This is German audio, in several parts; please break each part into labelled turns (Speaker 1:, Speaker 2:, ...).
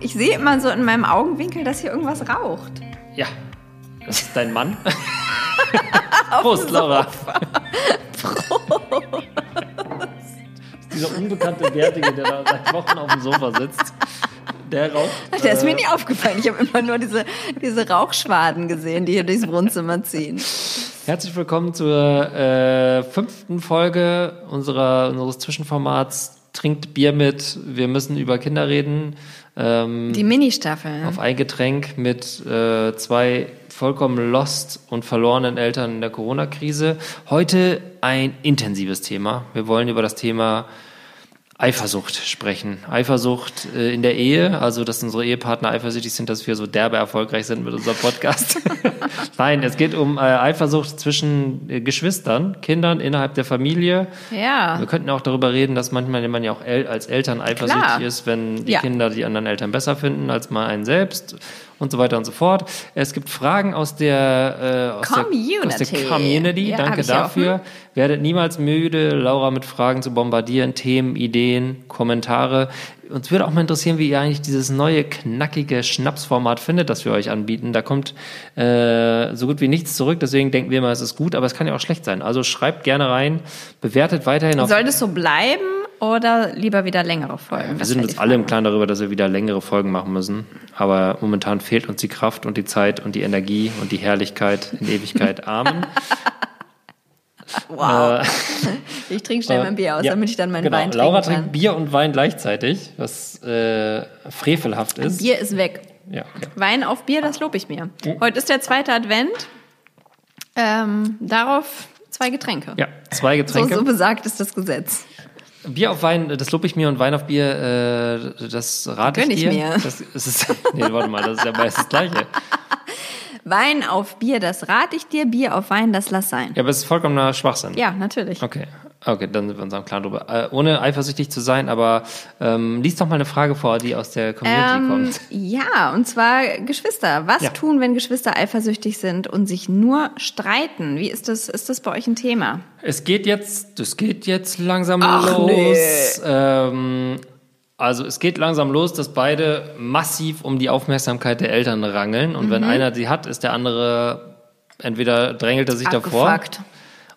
Speaker 1: Ich sehe immer so in meinem Augenwinkel, dass hier irgendwas raucht.
Speaker 2: Ja, das ist dein Mann. Prost, Laura.
Speaker 1: Prost.
Speaker 2: Dieser unbekannte Bärtige, der da seit Wochen auf dem Sofa sitzt. Der raucht.
Speaker 1: Der ist
Speaker 2: äh,
Speaker 1: mir nie aufgefallen. Ich habe immer nur diese, diese Rauchschwaden gesehen, die hier durchs Wohnzimmer ziehen.
Speaker 2: Herzlich willkommen zur äh, fünften Folge unserer, unseres Zwischenformats Trinkt Bier mit, wir müssen über Kinder reden. Ähm,
Speaker 1: Die Mini-Staffel.
Speaker 2: auf ein Getränk mit äh, zwei vollkommen lost und verlorenen Eltern in der Corona-Krise. Heute ein intensives Thema. Wir wollen über das Thema Eifersucht sprechen. Eifersucht äh, in der Ehe, also dass unsere Ehepartner eifersüchtig sind, dass wir so derbe erfolgreich sind mit unserem Podcast. Nein, es geht um äh, Eifersucht zwischen äh, Geschwistern, Kindern innerhalb der Familie.
Speaker 1: Ja.
Speaker 2: Wir könnten auch darüber reden, dass manchmal man ja auch el als Eltern eifersüchtig
Speaker 1: Klar.
Speaker 2: ist, wenn die
Speaker 1: Ja.
Speaker 2: Kinder die anderen Eltern besser finden als mal einen selbst und so weiter und so fort. Es gibt Fragen aus der, äh, aus der, aus
Speaker 1: Community.
Speaker 2: der Community.
Speaker 1: Ja, hab
Speaker 2: Danke
Speaker 1: ich ja
Speaker 2: dafür. Werdet niemals müde, Laura mit Fragen zu bombardieren, Themen, Ideen, Kommentare. Uns würde auch mal interessieren, wie ihr eigentlich dieses neue knackige Schnapsformat findet, das wir euch anbieten. Da kommt äh, so gut wie nichts zurück, deswegen denken wir immer, es ist gut, aber es kann ja auch schlecht sein. Also schreibt gerne rein, bewertet weiterhin auf
Speaker 1: Soll das so bleiben oder lieber wieder längere Folgen?
Speaker 2: wir
Speaker 1: Das
Speaker 2: sind
Speaker 1: wär
Speaker 2: uns
Speaker 1: die
Speaker 2: alle im
Speaker 1: Frage.
Speaker 2: Klaren darüber, dass wir wieder längere Folgen machen müssen. Aber momentan fehlt uns die Kraft und die Zeit und die Energie und die Herrlichkeit in Ewigkeit. Amen.
Speaker 1: Wow. ich trinke schnell mein Bier aus,
Speaker 2: Äh. Ja,
Speaker 1: damit ich dann meinen
Speaker 2: genau.
Speaker 1: Wein trinken
Speaker 2: Laura
Speaker 1: kann.
Speaker 2: trinkt Bier und Wein gleichzeitig, was äh, frevelhaft ist.
Speaker 1: Bier ist weg.
Speaker 2: Ja, okay.
Speaker 1: Wein auf Bier, das lobe ich mir.
Speaker 2: Oh.
Speaker 1: Heute ist der zweite Advent. Ähm, darauf zwei Getränke.
Speaker 2: ja, zwei
Speaker 1: so,
Speaker 2: Getränke.
Speaker 1: so besagt ist das Gesetz.
Speaker 2: Bier auf Wein, das lob ich mir und Wein auf Bier, äh, das rate
Speaker 1: Gönn
Speaker 2: ich
Speaker 1: ich
Speaker 2: dir.
Speaker 1: mir.
Speaker 2: Das es ist, nee, warte mal, das ist ja meist das Gleiche.
Speaker 1: Wein auf Bier, das rate ich dir. Bier auf Wein, das lass sein.
Speaker 2: Ja, aber es ist vollkommener Schwachsinn.
Speaker 1: Ja, natürlich.
Speaker 2: Okay, okay, dann sind wir uns am Klaren drüber. Äh, ohne eifersüchtig zu sein, aber ähm, lies doch mal eine Frage vor, die aus der Community
Speaker 1: Ähm,
Speaker 2: kommt.
Speaker 1: ja, und zwar Geschwister. Was
Speaker 2: Ja.
Speaker 1: tun, wenn Geschwister eifersüchtig sind und sich nur streiten? Wie ist das? Ist das bei euch ein Thema?
Speaker 2: Es geht jetzt, es geht jetzt langsam
Speaker 1: Ach,
Speaker 2: los.
Speaker 1: nee.
Speaker 2: Ähm, also es geht langsam los, dass beide massiv um die Aufmerksamkeit der Eltern rangeln und wenn
Speaker 1: Mhm.
Speaker 2: einer sie hat, ist der andere entweder drängelt er sich davor
Speaker 1: Abgefuckt.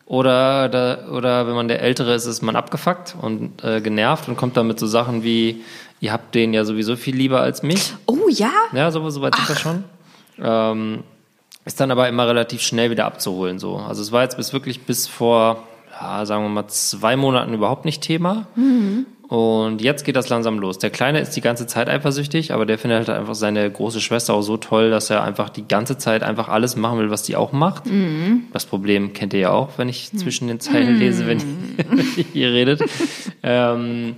Speaker 2: Oder, da, oder wenn man der Ältere ist, ist man abgefuckt und äh, genervt und kommt dann mit so Sachen wie, ihr habt den ja sowieso viel lieber als mich.
Speaker 1: Oh ja?
Speaker 2: Ja, so, so weit sind wir schon. Ähm, ist dann aber immer relativ schnell wieder abzuholen. So. Also es war jetzt bis wirklich bis vor, ja, sagen wir mal, zwei Monaten überhaupt nicht Thema. Und jetzt geht das langsam los. Der Kleine ist die ganze Zeit eifersüchtig, aber der findet halt einfach seine große Schwester auch so toll, dass er einfach die ganze Zeit einfach alles machen will, was die auch macht. Das Problem kennt ihr ja auch, wenn ich zwischen den Zeilen lese, wenn ihr hier redet. ähm,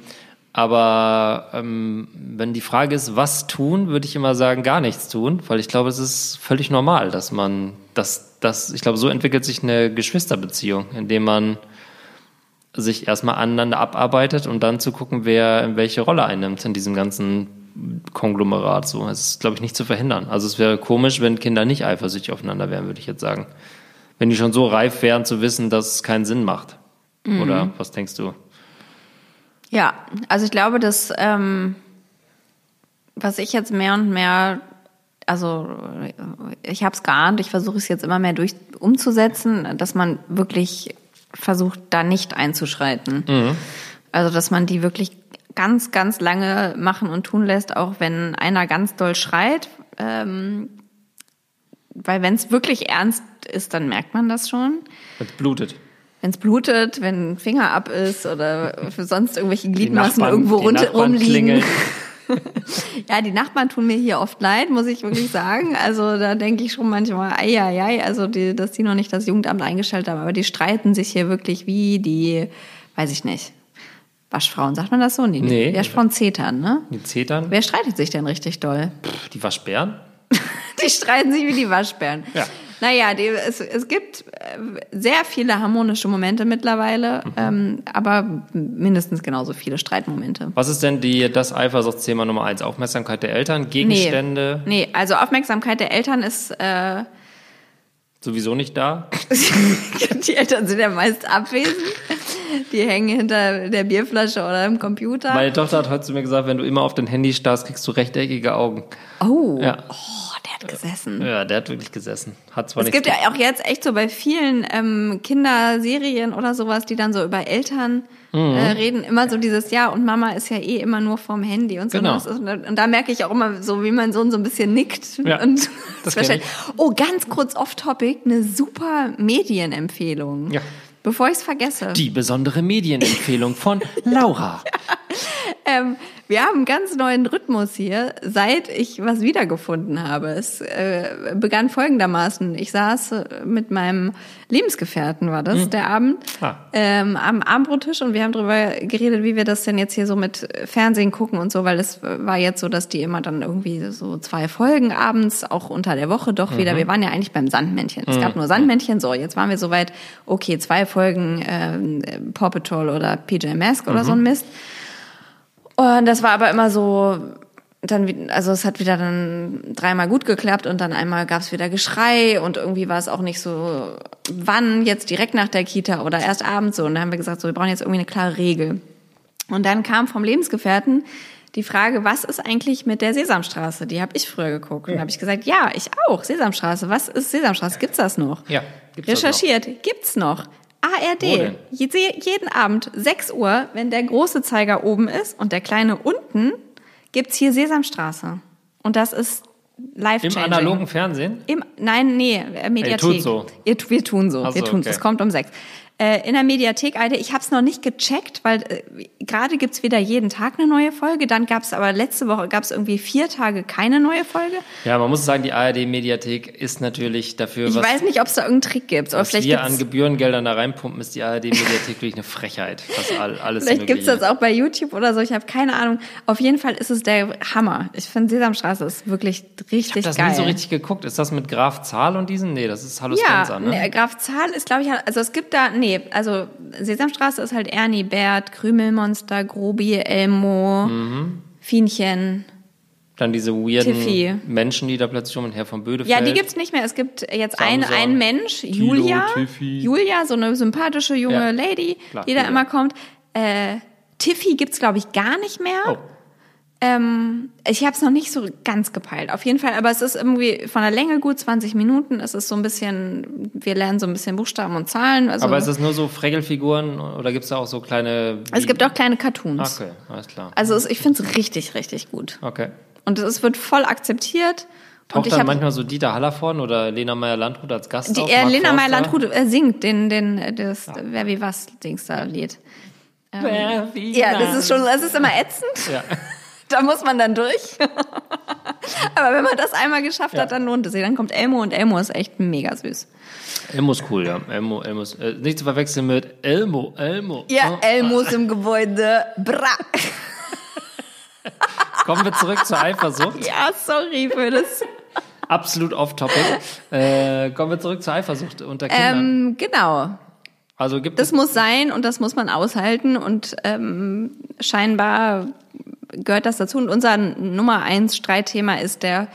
Speaker 2: aber ähm, wenn die Frage ist, was tun, würde ich immer sagen, gar nichts tun, weil ich glaube, es ist völlig normal, dass man, dass, dass, ich glaube, so entwickelt sich eine Geschwisterbeziehung, indem man sich erstmal aneinander abarbeitet und dann zu gucken, wer welche Rolle einnimmt in diesem ganzen Konglomerat. So, es ist, glaube ich, nicht zu verhindern. Also es wäre komisch, wenn Kinder nicht eifersüchtig aufeinander wären, würde ich jetzt sagen. Wenn die schon so reif wären zu wissen, dass es keinen Sinn macht. Oder was denkst du?
Speaker 1: Ja, also ich glaube, dass ähm, was ich jetzt mehr und mehr, also äh, ich habe es geahnt, ich versuche es jetzt immer mehr durch umzusetzen, dass man wirklich versucht, da nicht einzuschreiten. Also dass man die wirklich ganz, ganz lange machen und tun lässt, auch wenn einer ganz doll schreit. Ähm, weil wenn es wirklich ernst ist, dann merkt man das schon
Speaker 2: Es blutet.
Speaker 1: wenn es blutet, wenn ein Finger ab ist oder für sonst irgendwelche Gliedmaßen
Speaker 2: Nachbarn-
Speaker 1: irgendwo
Speaker 2: die
Speaker 1: runter
Speaker 2: Nachbarn
Speaker 1: rumliegen.
Speaker 2: klingeln.
Speaker 1: Ja, die Nachbarn tun mir hier oft leid, muss ich wirklich sagen. Also da denke ich schon manchmal, ei, ei, ei, also die, dass die noch nicht das Jugendamt eingestellt haben, aber die streiten sich hier wirklich wie die, weiß ich nicht, Waschfrauen, sagt man das so? Nee,
Speaker 2: Nee.
Speaker 1: nee. Waschfrauen zetern, ne?
Speaker 2: Die Zetern,
Speaker 1: Wer streitet sich denn richtig doll?
Speaker 2: pff, die Waschbären.
Speaker 1: Die streiten sich wie die Waschbären.
Speaker 2: Ja.
Speaker 1: Naja, die, es, es gibt äh, sehr viele harmonische Momente mittlerweile,
Speaker 2: Mhm.
Speaker 1: ähm, aber mindestens genauso viele Streitmomente.
Speaker 2: Was ist denn die, das Eifersuchtsthema Nummer eins? Aufmerksamkeit der Eltern, Gegenstände
Speaker 1: Nee, also Aufmerksamkeit der Eltern ist, äh,
Speaker 2: sowieso nicht da.
Speaker 1: die Eltern sind ja meist abwesend. Die hängen hinter der Bierflasche oder im Computer.
Speaker 2: Meine Tochter hat heute zu mir gesagt, wenn du immer auf dein Handy starrst, kriegst du rechteckige Augen.
Speaker 1: oh.
Speaker 2: Ja.
Speaker 1: oh, der hat gesessen.
Speaker 2: Ja, der hat wirklich gesessen. Hat zwar
Speaker 1: Es
Speaker 2: nichts
Speaker 1: gibt ja auch jetzt echt so bei vielen ähm, Kinderserien oder sowas, die dann so über Eltern
Speaker 2: Mhm.
Speaker 1: äh, reden, immer so dieses Ja und Mama ist ja eh immer nur vorm Handy und so.
Speaker 2: Genau.
Speaker 1: Und, das ist, und da merke ich auch immer so, wie mein Sohn so ein bisschen nickt.
Speaker 2: Ja,
Speaker 1: und
Speaker 2: das
Speaker 1: ist
Speaker 2: kenn
Speaker 1: wahrscheinlich- Oh, ganz kurz off-topic, eine super Medienempfehlung.
Speaker 2: Ja.
Speaker 1: Bevor ich es vergesse.
Speaker 2: Die besondere Medienempfehlung von Laura.
Speaker 1: Ähm, wir haben einen ganz neuen Rhythmus hier, seit ich was wiedergefunden habe. Es äh, begann folgendermaßen. Ich saß äh, mit meinem Lebensgefährten, war das, der Abend,
Speaker 2: Ah.
Speaker 1: ähm, am Abendbrottisch und wir haben darüber geredet, wie wir das denn jetzt hier so mit äh, Fernsehen gucken und so, weil es äh, war jetzt so, dass die immer dann irgendwie so zwei Folgen abends, auch unter der Woche doch wieder. Wir waren ja eigentlich beim Sandmännchen. Es gab nur Sandmännchen, so, jetzt waren wir soweit, okay, zwei Folgen ähm, äh, Paw Patrol oder PJ Mask oder so ein Mist. Und das war aber immer so, dann, wie- also es hat wieder dann dreimal gut geklappt und dann einmal gab's wieder Geschrei und irgendwie war es auch nicht so, wann jetzt direkt nach der Kita oder erst abends so. Und da haben wir gesagt, so, wir brauchen jetzt irgendwie eine klare Regel. Und dann kam vom Lebensgefährten die Frage, was ist eigentlich mit der Sesamstraße? Die habe ich früher geguckt. Und da habe ich gesagt, ja, ich auch, Sesamstraße. Was ist Sesamstraße? Gibt's das noch?
Speaker 2: Ja, gibt's das noch.
Speaker 1: Recherchiert, gibt's noch. ARD.
Speaker 2: Wo denn?
Speaker 1: Je- Jeden Abend, 6 Uhr, wenn der große Zeiger oben ist und der kleine unten, gibt's hier Sesamstraße. Und das ist live
Speaker 2: Im analogen Fernsehen?
Speaker 1: Im, nein, nee, äh, Mediathek.
Speaker 2: tut so.
Speaker 1: Ihr, tu- wir tun so,
Speaker 2: Ach
Speaker 1: wir
Speaker 2: so,
Speaker 1: tun so.
Speaker 2: okay.
Speaker 1: Es kommt um sechs. Äh, in der Mediathek, Alter, ich habe es noch nicht gecheckt, weil äh, gerade gibt's wieder jeden Tag eine neue Folge. Dann gab's aber letzte Woche gab's irgendwie vier Tage keine neue Folge.
Speaker 2: Ja, man muss sagen, die ARD-Mediathek ist natürlich dafür,
Speaker 1: Ich
Speaker 2: was,
Speaker 1: weiß nicht, ob es da irgendeinen Trick gibt. Aber
Speaker 2: was
Speaker 1: vielleicht
Speaker 2: wir an
Speaker 1: gibt's,
Speaker 2: Gebührengeldern da reinpumpen, ist die ARD-Mediathek wirklich eine Frechheit. Was all, alles
Speaker 1: vielleicht gibt's
Speaker 2: Mögliche.
Speaker 1: das auch bei YouTube oder so. Ich habe keine Ahnung. Auf jeden Fall ist es der Hammer. Ich finde Sesamstraße ist wirklich richtig
Speaker 2: Ich habe das
Speaker 1: geil.
Speaker 2: nie so richtig geguckt. Ist das mit Graf Zahl und diesen? Nee, das ist Hallo
Speaker 1: Ja,
Speaker 2: Spencer, ne?
Speaker 1: nee, Graf Zahl ist, glaube ich, halt- also es gibt da, nee, also Sesamstraße ist halt Ernie, Bert, Krümelmonster, Grobi, Elmo,
Speaker 2: Mhm.
Speaker 1: Fienchen.
Speaker 2: Dann diese weirden
Speaker 1: Tiffy.
Speaker 2: Menschen, die da plötzlich um und her vom Bödefeld.
Speaker 1: Ja, die gibt's nicht mehr. Es gibt jetzt einen,
Speaker 2: Samson,
Speaker 1: einen Mensch,
Speaker 2: Tilo,
Speaker 1: Julia.
Speaker 2: Tiffy.
Speaker 1: Julia, so eine sympathische junge
Speaker 2: Ja.
Speaker 1: Lady,
Speaker 2: Klar,
Speaker 1: die da
Speaker 2: Julia.
Speaker 1: immer kommt. Äh, Tiffy gibt's, glaube ich, gar nicht mehr.
Speaker 2: Oh,
Speaker 1: Ähm, ich habe es noch nicht so ganz gepeilt. Auf jeden Fall, aber es ist irgendwie von der Länge gut, 20 Minuten. Es ist so ein bisschen, wir lernen so ein bisschen Buchstaben und Zahlen. Also
Speaker 2: aber ist das nur so Freckelfiguren oder gibt's da auch so kleine...
Speaker 1: Es gibt auch kleine Cartoons.
Speaker 2: Ah, Okay, alles klar.
Speaker 1: Also es, ich finde es richtig, richtig gut.
Speaker 2: Okay.
Speaker 1: Und es wird voll akzeptiert.
Speaker 2: Taucht
Speaker 1: und ich
Speaker 2: dann
Speaker 1: habe
Speaker 2: manchmal so Dieter Hallervorden oder Lena Meyer-Landrut als Gast
Speaker 1: die
Speaker 2: auf?
Speaker 1: äh,
Speaker 2: Mark
Speaker 1: Lena
Speaker 2: Forster?
Speaker 1: Meyer-Landrut äh, singt den, den, äh, das äh, Wer wie was Dings da Lied. Genau.
Speaker 2: Wer wie
Speaker 1: Ja, das ist schon,
Speaker 2: was.
Speaker 1: das ist immer ätzend.
Speaker 2: Ja.
Speaker 1: Da muss man dann durch. Aber wenn man das einmal geschafft
Speaker 2: Ja.
Speaker 1: hat, dann lohnt es sich. Dann kommt Elmo und Elmo ist echt mega süß.
Speaker 2: Elmo ist cool, ja. Elmo, Elmo ist, äh, nicht zu verwechseln mit Elmo, Elmo.
Speaker 1: Ja,
Speaker 2: Oh.
Speaker 1: Elmo ist im Gebäude. Bra.
Speaker 2: Kommen wir zurück zur Eifersucht.
Speaker 1: Ja, sorry für das
Speaker 2: Absolut off-topic. Äh, kommen wir zurück zur Eifersucht unter Kindern.
Speaker 1: Ähm, genau.
Speaker 2: also gibt
Speaker 1: Das
Speaker 2: es...
Speaker 1: muss sein und das muss man aushalten und ähm, scheinbar gehört das dazu. Und unser Nummer eins Streitthema ist der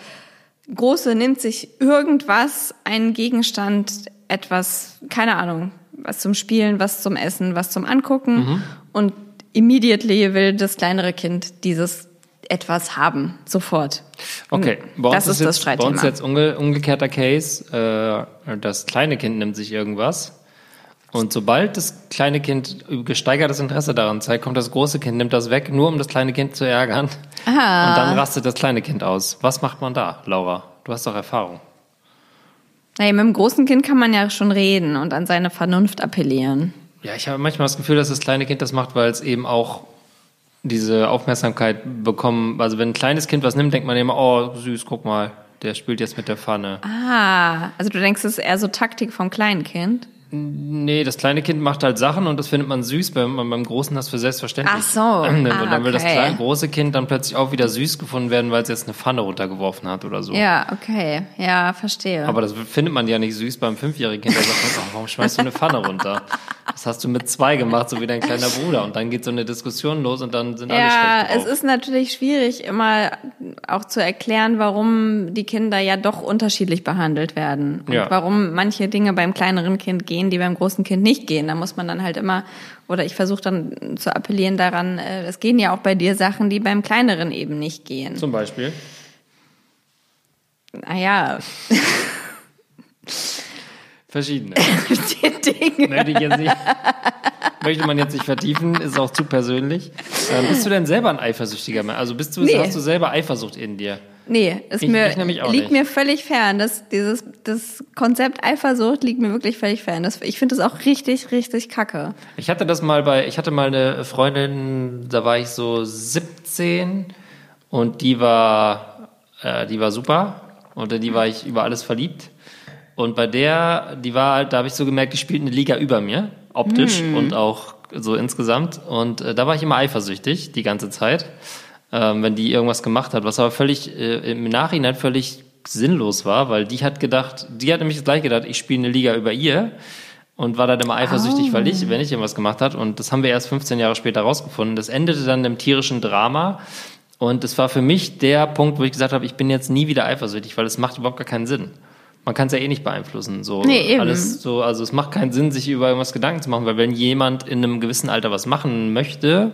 Speaker 1: Große nimmt sich irgendwas, einen Gegenstand, etwas, keine Ahnung, was zum Spielen, was zum Essen, was zum Angucken und immediately will das kleinere Kind dieses etwas haben, sofort.
Speaker 2: Okay, bei
Speaker 1: Hm,
Speaker 2: uns
Speaker 1: das ist
Speaker 2: jetzt,
Speaker 1: das Streitthema.
Speaker 2: Bei uns jetzt unge, umgekehrter Case. Äh, das kleine Kind nimmt sich irgendwas. Und sobald das kleine Kind gesteigertes Interesse daran zeigt, kommt das große Kind, nimmt das weg, nur um das kleine Kind zu ärgern.
Speaker 1: Ah.
Speaker 2: Und dann rastet das kleine Kind aus. Was macht man da, Laura? Du hast doch Erfahrung.
Speaker 1: Naja, mit dem großen Kind kann man ja schon reden und an seine Vernunft appellieren.
Speaker 2: Ja, ich habe manchmal das Gefühl, dass das kleine Kind das macht, weil es eben auch diese Aufmerksamkeit bekommen. Also wenn ein kleines Kind was nimmt, denkt man immer, oh süß, guck mal, der spielt jetzt mit der Pfanne.
Speaker 1: Ah, also du denkst, es ist eher so Taktik vom kleinen Kind?
Speaker 2: Nee, das kleine Kind macht halt Sachen und das findet man süß, wenn man beim Großen das für selbstverständlich
Speaker 1: Ach so.
Speaker 2: nimmt.
Speaker 1: Ah,
Speaker 2: und dann will das
Speaker 1: okay.
Speaker 2: kleine, große Kind dann plötzlich auch wieder süß gefunden werden, weil es jetzt eine Pfanne runtergeworfen hat oder so.
Speaker 1: Ja, okay. Ja, verstehe.
Speaker 2: Aber das findet man ja nicht süß beim fünfjährigen Kind. Da sagt man, oh, warum schmeißt du eine Pfanne runter? Das hast du mit zwei gemacht, so wie dein kleiner Bruder. Und dann geht so eine Diskussion los und dann sind alle
Speaker 1: ja,
Speaker 2: schlecht
Speaker 1: es
Speaker 2: drauf.
Speaker 1: ist natürlich schwierig, immer auch zu erklären, warum die Kinder ja doch unterschiedlich behandelt werden und
Speaker 2: Ja.
Speaker 1: warum manche Dinge beim kleineren Kind gehen, die beim großen Kind nicht gehen. Da muss man dann halt immer, oder ich versuche dann zu appellieren daran, äh, es gehen ja auch bei dir Sachen, die beim kleineren eben nicht gehen. Ah
Speaker 2: Zum Beispiel.
Speaker 1: Naja,
Speaker 2: Verschiedene.
Speaker 1: die Dinge.
Speaker 2: Möchte, ich jetzt nicht, möchte man jetzt nicht vertiefen, ist auch zu persönlich. Ähm, bist du denn selber ein eifersüchtiger Mann? Also bist du,
Speaker 1: Nee.
Speaker 2: hast du selber Eifersucht in dir?
Speaker 1: Nee, ist
Speaker 2: Ich-
Speaker 1: mir,
Speaker 2: ich nämlich auch
Speaker 1: liegt
Speaker 2: nicht.
Speaker 1: mir völlig fern. Das, dieses, das Konzept Eifersucht liegt mir wirklich völlig fern. Das, ich finde das auch richtig, richtig kacke.
Speaker 2: Ich hatte das mal bei, ich hatte mal eine Freundin, da war ich so 17 und die war, äh, die war super und in die war ich über alles verliebt. Und bei der, die war halt, da habe ich so gemerkt, die spielt eine Liga über mir, optisch und auch so insgesamt. Und äh, da war ich immer eifersüchtig die ganze Zeit, ähm, wenn die irgendwas gemacht hat, was aber völlig äh, im Nachhinein völlig sinnlos war, weil die hat gedacht, die hat nämlich gleich gedacht, ich spiele eine Liga über ihr und war dann immer eifersüchtig, weil
Speaker 1: Ah.
Speaker 2: ich, wenn ich irgendwas gemacht hat. Und das haben wir erst 15 Jahre später rausgefunden. Das endete dann im tierischen Drama. Und es war für mich der Punkt, wo ich gesagt habe, ich bin jetzt nie wieder eifersüchtig, weil es macht überhaupt gar keinen Sinn. Man kann es ja eh nicht beeinflussen. So
Speaker 1: Nee, eben.
Speaker 2: alles so, also es macht keinen Sinn, sich über irgendwas Gedanken zu machen, weil wenn jemand in einem gewissen Alter was machen möchte,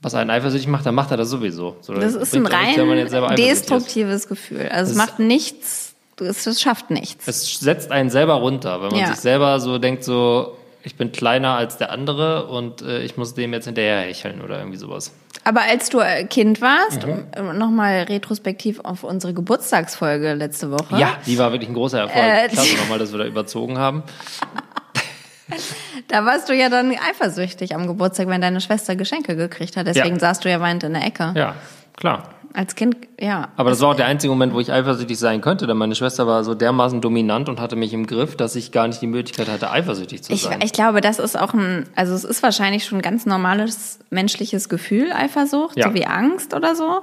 Speaker 2: was einen eifersüchtig macht, dann macht er das sowieso. So,
Speaker 1: Das
Speaker 2: bringt
Speaker 1: ist ein
Speaker 2: ja nichts, wenn man jetzt selber
Speaker 1: rein
Speaker 2: eifersüchtig ist.
Speaker 1: destruktives Gefühl. Also es
Speaker 2: Das-
Speaker 1: macht nichts, es, es schafft nichts.
Speaker 2: es setzt einen selber runter, wenn man
Speaker 1: Ja.
Speaker 2: sich selber so denkt, so ich bin kleiner als der andere und äh, ich muss dem jetzt hinterher hecheln oder irgendwie sowas.
Speaker 1: Aber als du äh, Kind warst,
Speaker 2: Mhm.
Speaker 1: nochmal retrospektiv auf unsere Geburtstagsfolge letzte Woche.
Speaker 2: Ja, die war wirklich ein großer Erfolg.
Speaker 1: Äh,
Speaker 2: Klasse nochmal, dass wir da überzogen haben.
Speaker 1: Da warst du ja dann eifersüchtig am Geburtstag, wenn deine Schwester Geschenke gekriegt hat. Deswegen
Speaker 2: Ja.
Speaker 1: saßt du ja weinend in der Ecke.
Speaker 2: Ja, klar.
Speaker 1: Als Kind, ja.
Speaker 2: Aber das war auch der einzige Moment, wo ich eifersüchtig sein könnte, denn meine Schwester war so dermaßen dominant und hatte mich im Griff, dass ich gar nicht die Möglichkeit hatte, eifersüchtig zu
Speaker 1: Ich,
Speaker 2: sein.
Speaker 1: ich glaube, das ist auch ein, also es ist wahrscheinlich schon ein ganz normales menschliches Gefühl, Eifersucht,
Speaker 2: Ja.
Speaker 1: so wie Angst oder so.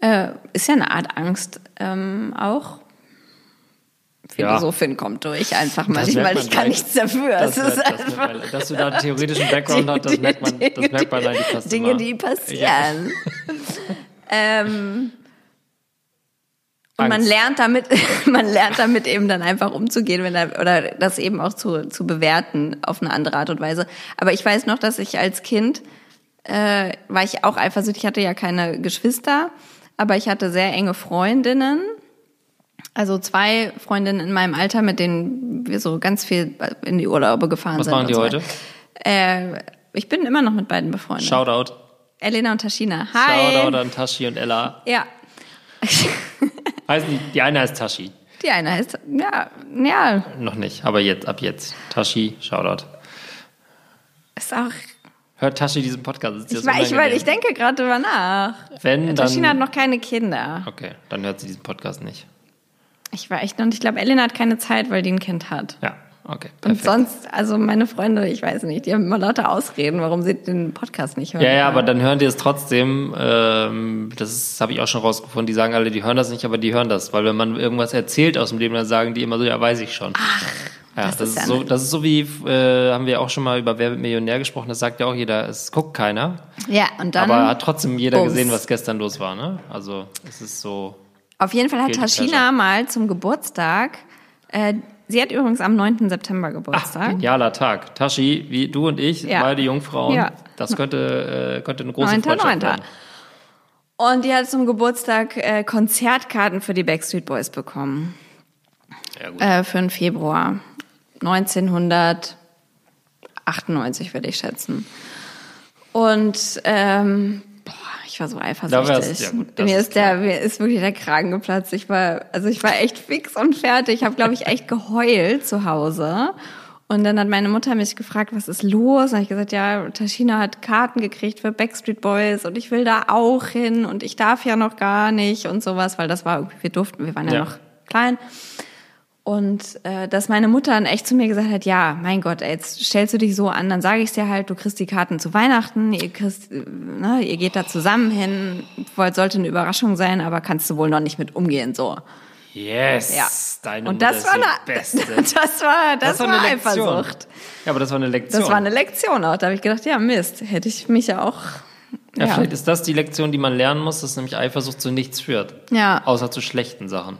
Speaker 1: Äh, ist ja eine Art Angst ähm, auch.
Speaker 2: Ja.
Speaker 1: Philosophin kommt durch einfach
Speaker 2: Das
Speaker 1: manchmal.
Speaker 2: merkt man
Speaker 1: ich kann
Speaker 2: gleich.
Speaker 1: nichts dafür. es
Speaker 2: das,
Speaker 1: ist
Speaker 2: merkt- das,
Speaker 1: einfach
Speaker 2: merkt man, dass du da einen theoretischen Background hast, das merkt man, das merkt man eigentlich fast
Speaker 1: Dinge,
Speaker 2: immer.
Speaker 1: die passieren. ähm, und man
Speaker 2: Angst.
Speaker 1: lernt damit, man lernt damit eben dann einfach umzugehen, wenn er, oder das eben auch zu, zu bewerten auf eine andere Art und Weise. Aber ich weiß noch, dass ich als Kind äh, war ich auch eifersüchtig. Ich hatte ja keine Geschwister, aber ich hatte sehr enge Freundinnen. Also zwei Freundinnen in meinem Alter, mit denen wir so ganz viel in die Urlaube gefahren
Speaker 2: Was
Speaker 1: sind.
Speaker 2: machen
Speaker 1: und
Speaker 2: die
Speaker 1: so
Speaker 2: heute?
Speaker 1: weiter. Äh, ich bin immer noch mit beiden befreundet.
Speaker 2: Shoutout.
Speaker 1: Elena und Taschina. Hi.
Speaker 2: Shoutout an Tashi und Ella.
Speaker 1: Ja.
Speaker 2: Heißen die, die eine heißt Tashi.
Speaker 1: Die eine heißt, ja, ja,
Speaker 2: Noch nicht, aber jetzt, ab jetzt. Tashi, Shoutout.
Speaker 1: ist auch,
Speaker 2: Hört Tashi diesen Podcast? Ist
Speaker 1: ich,
Speaker 2: jetzt
Speaker 1: war, ich, war,
Speaker 2: unangenehm.
Speaker 1: ich denke gerade drüber nach.
Speaker 2: Wenn,
Speaker 1: Taschina hat
Speaker 2: dann,
Speaker 1: noch keine Kinder.
Speaker 2: okay, dann hört sie diesen Podcast nicht.
Speaker 1: Ich war echt, und ich glaube, Elena hat keine Zeit, weil die ein Kind hat.
Speaker 2: Ja, okay,
Speaker 1: Und
Speaker 2: perfekt.
Speaker 1: sonst, also meine Freunde, ich weiß nicht, die haben immer lauter Ausreden, warum sie den Podcast nicht hören.
Speaker 2: Ja, ja, aber dann hören die es trotzdem. Ähm, das habe ich auch schon rausgefunden. Die sagen alle, die hören das nicht, aber die hören das. Weil wenn man irgendwas erzählt aus dem Leben, dann sagen die immer so, ja, weiß ich schon. Ach, ja,
Speaker 1: das
Speaker 2: das,
Speaker 1: ist
Speaker 2: ist,
Speaker 1: ja
Speaker 2: so,
Speaker 1: nett.
Speaker 2: das ist so wie, äh, haben wir auch schon mal über Wer wird Millionär gesprochen, das sagt ja auch jeder, es guckt keiner.
Speaker 1: Ja, und dann.
Speaker 2: aber hat trotzdem jeder
Speaker 1: Bums.
Speaker 2: gesehen, was gestern los war, ne? Also, es ist so.
Speaker 1: Auf jeden Fall hat
Speaker 2: Guilty
Speaker 1: Taschina
Speaker 2: Pleasure.
Speaker 1: mal zum Geburtstag, äh, sie hat übrigens am 9. September Geburtstag.
Speaker 2: Genialer Tag. Tashi, wie du und ich,
Speaker 1: Ja.
Speaker 2: beide Jungfrauen.
Speaker 1: Ja.
Speaker 2: Das könnte, äh, könnte eine große
Speaker 1: Neunter,
Speaker 2: Freundschaft
Speaker 1: neunter.
Speaker 2: werden.
Speaker 1: Und die hat zum Geburtstag äh, Konzertkarten für die Backstreet Boys bekommen.
Speaker 2: Ja, gut.
Speaker 1: Äh, für den Februar 1998, würde ich schätzen. Und ähm, boah, ich war so eifersüchtig.
Speaker 2: wär's- ja gut, das
Speaker 1: mir
Speaker 2: ist
Speaker 1: ist der, mir ist wirklich der Kragen geplatzt. Ich war, also ich war echt fix und fertig. Ich habe, glaube ich, echt geheult zu Hause. Und dann hat meine Mutter mich gefragt, was ist los? Und ich gesagt, ja, Taschina hat Karten gekriegt für Backstreet Boys und ich will da auch hin und ich darf ja noch gar nicht und sowas, weil das war irgendwie, wir durften, wir waren ja.
Speaker 2: Ja.
Speaker 1: noch klein. Und äh, dass meine Mutter dann echt zu mir gesagt hat, ja, mein Gott, ey, jetzt stellst du dich so an, dann sage ich dir halt, du kriegst die Karten zu Weihnachten, ihr, kriegst, äh, ne, ihr geht da zusammen hin, wollt, sollte eine Überraschung sein, aber kannst du wohl noch nicht mit umgehen, so.
Speaker 2: Yes.
Speaker 1: Ja.
Speaker 2: Deine
Speaker 1: Und
Speaker 2: Mutter
Speaker 1: das
Speaker 2: ist
Speaker 1: war,
Speaker 2: die
Speaker 1: eine,
Speaker 2: Beste.
Speaker 1: das war, das war
Speaker 2: Lektion.
Speaker 1: Eifersucht.
Speaker 2: Ja, aber das war eine Lektion.
Speaker 1: Das war eine Lektion auch. Da habe ich gedacht, ja Mist, hätte ich mich ja auch
Speaker 2: Ja,
Speaker 1: Ja.
Speaker 2: vielleicht ist das die Lektion, die man lernen muss, dass nämlich Eifersucht zu nichts führt.
Speaker 1: Ja.
Speaker 2: Außer zu schlechten Sachen.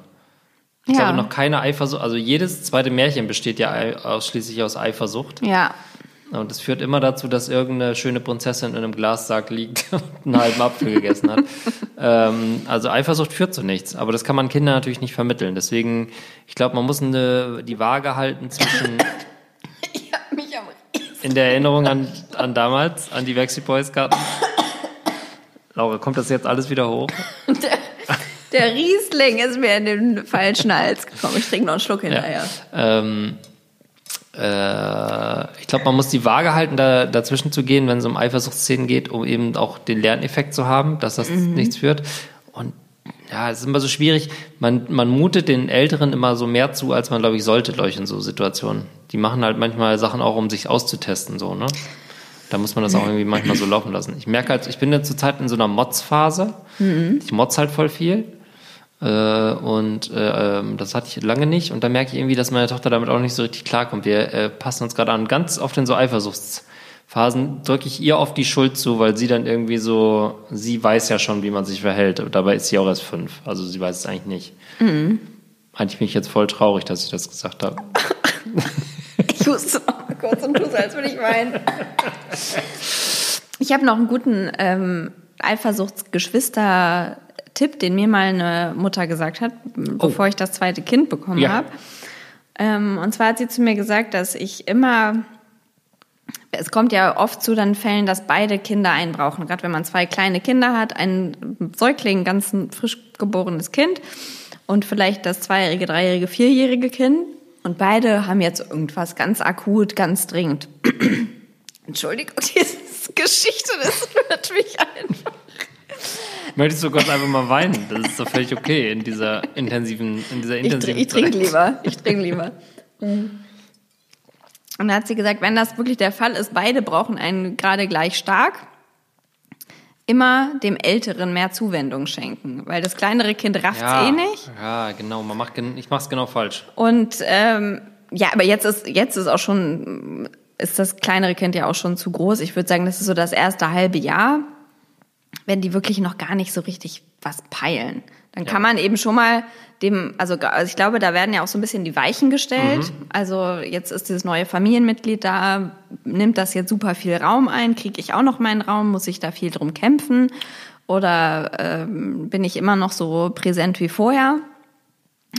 Speaker 2: Ich
Speaker 1: Ja.
Speaker 2: glaube, noch keine Eifersucht, also jedes zweite Märchen besteht ja ei- ausschließlich aus Eifersucht.
Speaker 1: Ja.
Speaker 2: Und es führt immer dazu, dass irgendeine schöne Prinzessin in einem Glassack liegt und einen halben Apfel gegessen hat. ähm, also Eifersucht führt zu nichts. Aber das kann man Kindern natürlich nicht vermitteln. Deswegen, ich glaube, man muss eine, die Waage halten zwischen
Speaker 1: Ich hab mich am
Speaker 2: in der Erinnerung an, an damals, an die Vexi Boys Karten. Laura, kommt das jetzt alles wieder hoch?
Speaker 1: Der Riesling ist mir in den falschen Hals gekommen. Ich trinke noch einen Schluck hinterher.
Speaker 2: Ähm, äh, ich glaube, man muss die Waage halten, da, dazwischen zu gehen, wenn es um Eifersuchtsszenen geht, um eben auch den Lerneffekt zu haben, dass das nichts führt. Und ja, es ist immer so schwierig. Man, man mutet den Älteren immer so mehr zu, als man, glaube ich, sollte, glaube ich, in so Situationen. Die machen halt manchmal Sachen auch, um sich auszutesten, so, ne? Da muss man das auch irgendwie manchmal so laufen lassen. Ich merke halt, ich bin ja zurzeit in so einer Motzphase. Ich motz halt voll viel. Äh, und äh, ähm, das hatte ich lange nicht. Und da merke ich irgendwie, dass meine Tochter damit auch nicht so richtig klarkommt. Wir äh, passen uns gerade an. Ganz oft in so Eifersuchtsphasen drücke ich ihr oft die Schuld zu, weil sie dann irgendwie so, sie weiß ja schon, wie man sich verhält. Und dabei ist sie auch erst fünf. Also sie weiß es eigentlich nicht.
Speaker 1: Mhm.
Speaker 2: Eigentlich bin ich jetzt voll traurig, dass ich das gesagt habe.
Speaker 1: Ich huste noch mal kurz und tue oh so, als würde ich weinen. Ich habe noch einen guten ähm, Eifersuchtsgeschwister-Tipp, den mir mal eine Mutter gesagt hat, bevor ich das zweite Kind bekommen
Speaker 2: Ja.
Speaker 1: habe. Ähm, und zwar hat sie zu mir gesagt, dass ich immer es kommt ja oft zu dann Fällen, dass beide Kinder einen brauchen. Gerade wenn man zwei kleine Kinder hat, einen Säugling, ganz ein frisch geborenes Kind und vielleicht das zweijährige, dreijährige, vierjährige Kind. Und beide haben jetzt irgendwas ganz akut, ganz dringend. Entschuldigung, diese Geschichte, das rührt mich einfach.
Speaker 2: Möchtest du Gott einfach mal weinen? Das ist doch völlig okay in dieser intensiven, in dieser
Speaker 1: Ich, tr
Speaker 2: intensiven
Speaker 1: ich trinke lieber. Ich trinke lieber. Mhm. Und da hat sie gesagt, wenn das wirklich der Fall ist, beide brauchen einen gerade gleich stark, immer dem Älteren mehr Zuwendung schenken. Weil das kleinere Kind rafft es eh nicht.
Speaker 2: Ja, genau. Man macht, gen- ich mach's genau falsch.
Speaker 1: Und ähm, ja, aber jetzt ist, jetzt ist auch schon, ist das kleinere Kind ja auch schon zu groß. Ich würde sagen, das ist so das erste halbe Jahr, wenn die wirklich noch gar nicht so richtig was peilen. Dann kann man eben schon mal dem, also, ge- also ich glaube, da werden ja auch so ein bisschen die Weichen gestellt. Also jetzt ist dieses neue Familienmitglied da, nimmt das jetzt super viel Raum ein, kriege ich auch noch meinen Raum, muss ich da viel drum kämpfen oder ähm, bin ich immer noch so präsent wie vorher?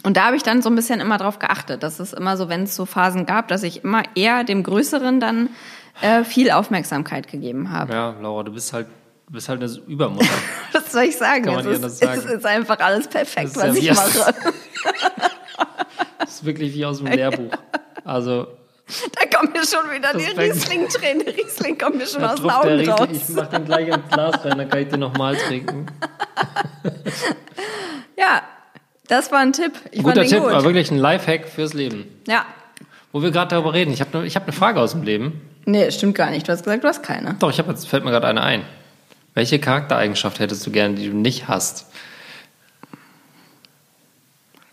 Speaker 1: Und da habe ich dann so ein bisschen immer drauf geachtet, dass es immer so, wenn es so Phasen gab, dass ich immer eher dem Größeren dann äh, viel Aufmerksamkeit gegeben habe.
Speaker 2: Ja, Laura, du bist halt, du bist halt eine Übermutter.
Speaker 1: Was soll ich sagen?
Speaker 2: Kann man
Speaker 1: es,
Speaker 2: nicht
Speaker 1: ist,
Speaker 2: anders
Speaker 1: es
Speaker 2: sagen.
Speaker 1: ist einfach alles perfekt,
Speaker 2: Es
Speaker 1: was ich
Speaker 2: servierst.
Speaker 1: mache.
Speaker 2: Das ist wirklich wie aus dem Lehrbuch. Also,
Speaker 1: Da kommt mir schon wieder die
Speaker 2: Respekt.
Speaker 1: Riesling-Träne. Riesling kommt mir schon
Speaker 2: da
Speaker 1: aus den
Speaker 2: tropft der
Speaker 1: Augen raus.
Speaker 2: richtig. Ich mach den gleich ins Glas rein, dann kann ich den nochmal trinken.
Speaker 1: Ja, das war ein Tipp. Ich
Speaker 2: Guter
Speaker 1: fand den
Speaker 2: Tipp,
Speaker 1: gut.
Speaker 2: aber wirklich ein Lifehack fürs Leben.
Speaker 1: ja.
Speaker 2: Wo wir gerade darüber reden, ich habe ich hab eine Frage aus dem Leben.
Speaker 1: Nee, stimmt gar nicht. Du hast gesagt, du hast keine.
Speaker 2: Doch, ich hab, jetzt fällt mir gerade eine ein. Welche Charaktereigenschaft hättest du gerne, die du nicht hast?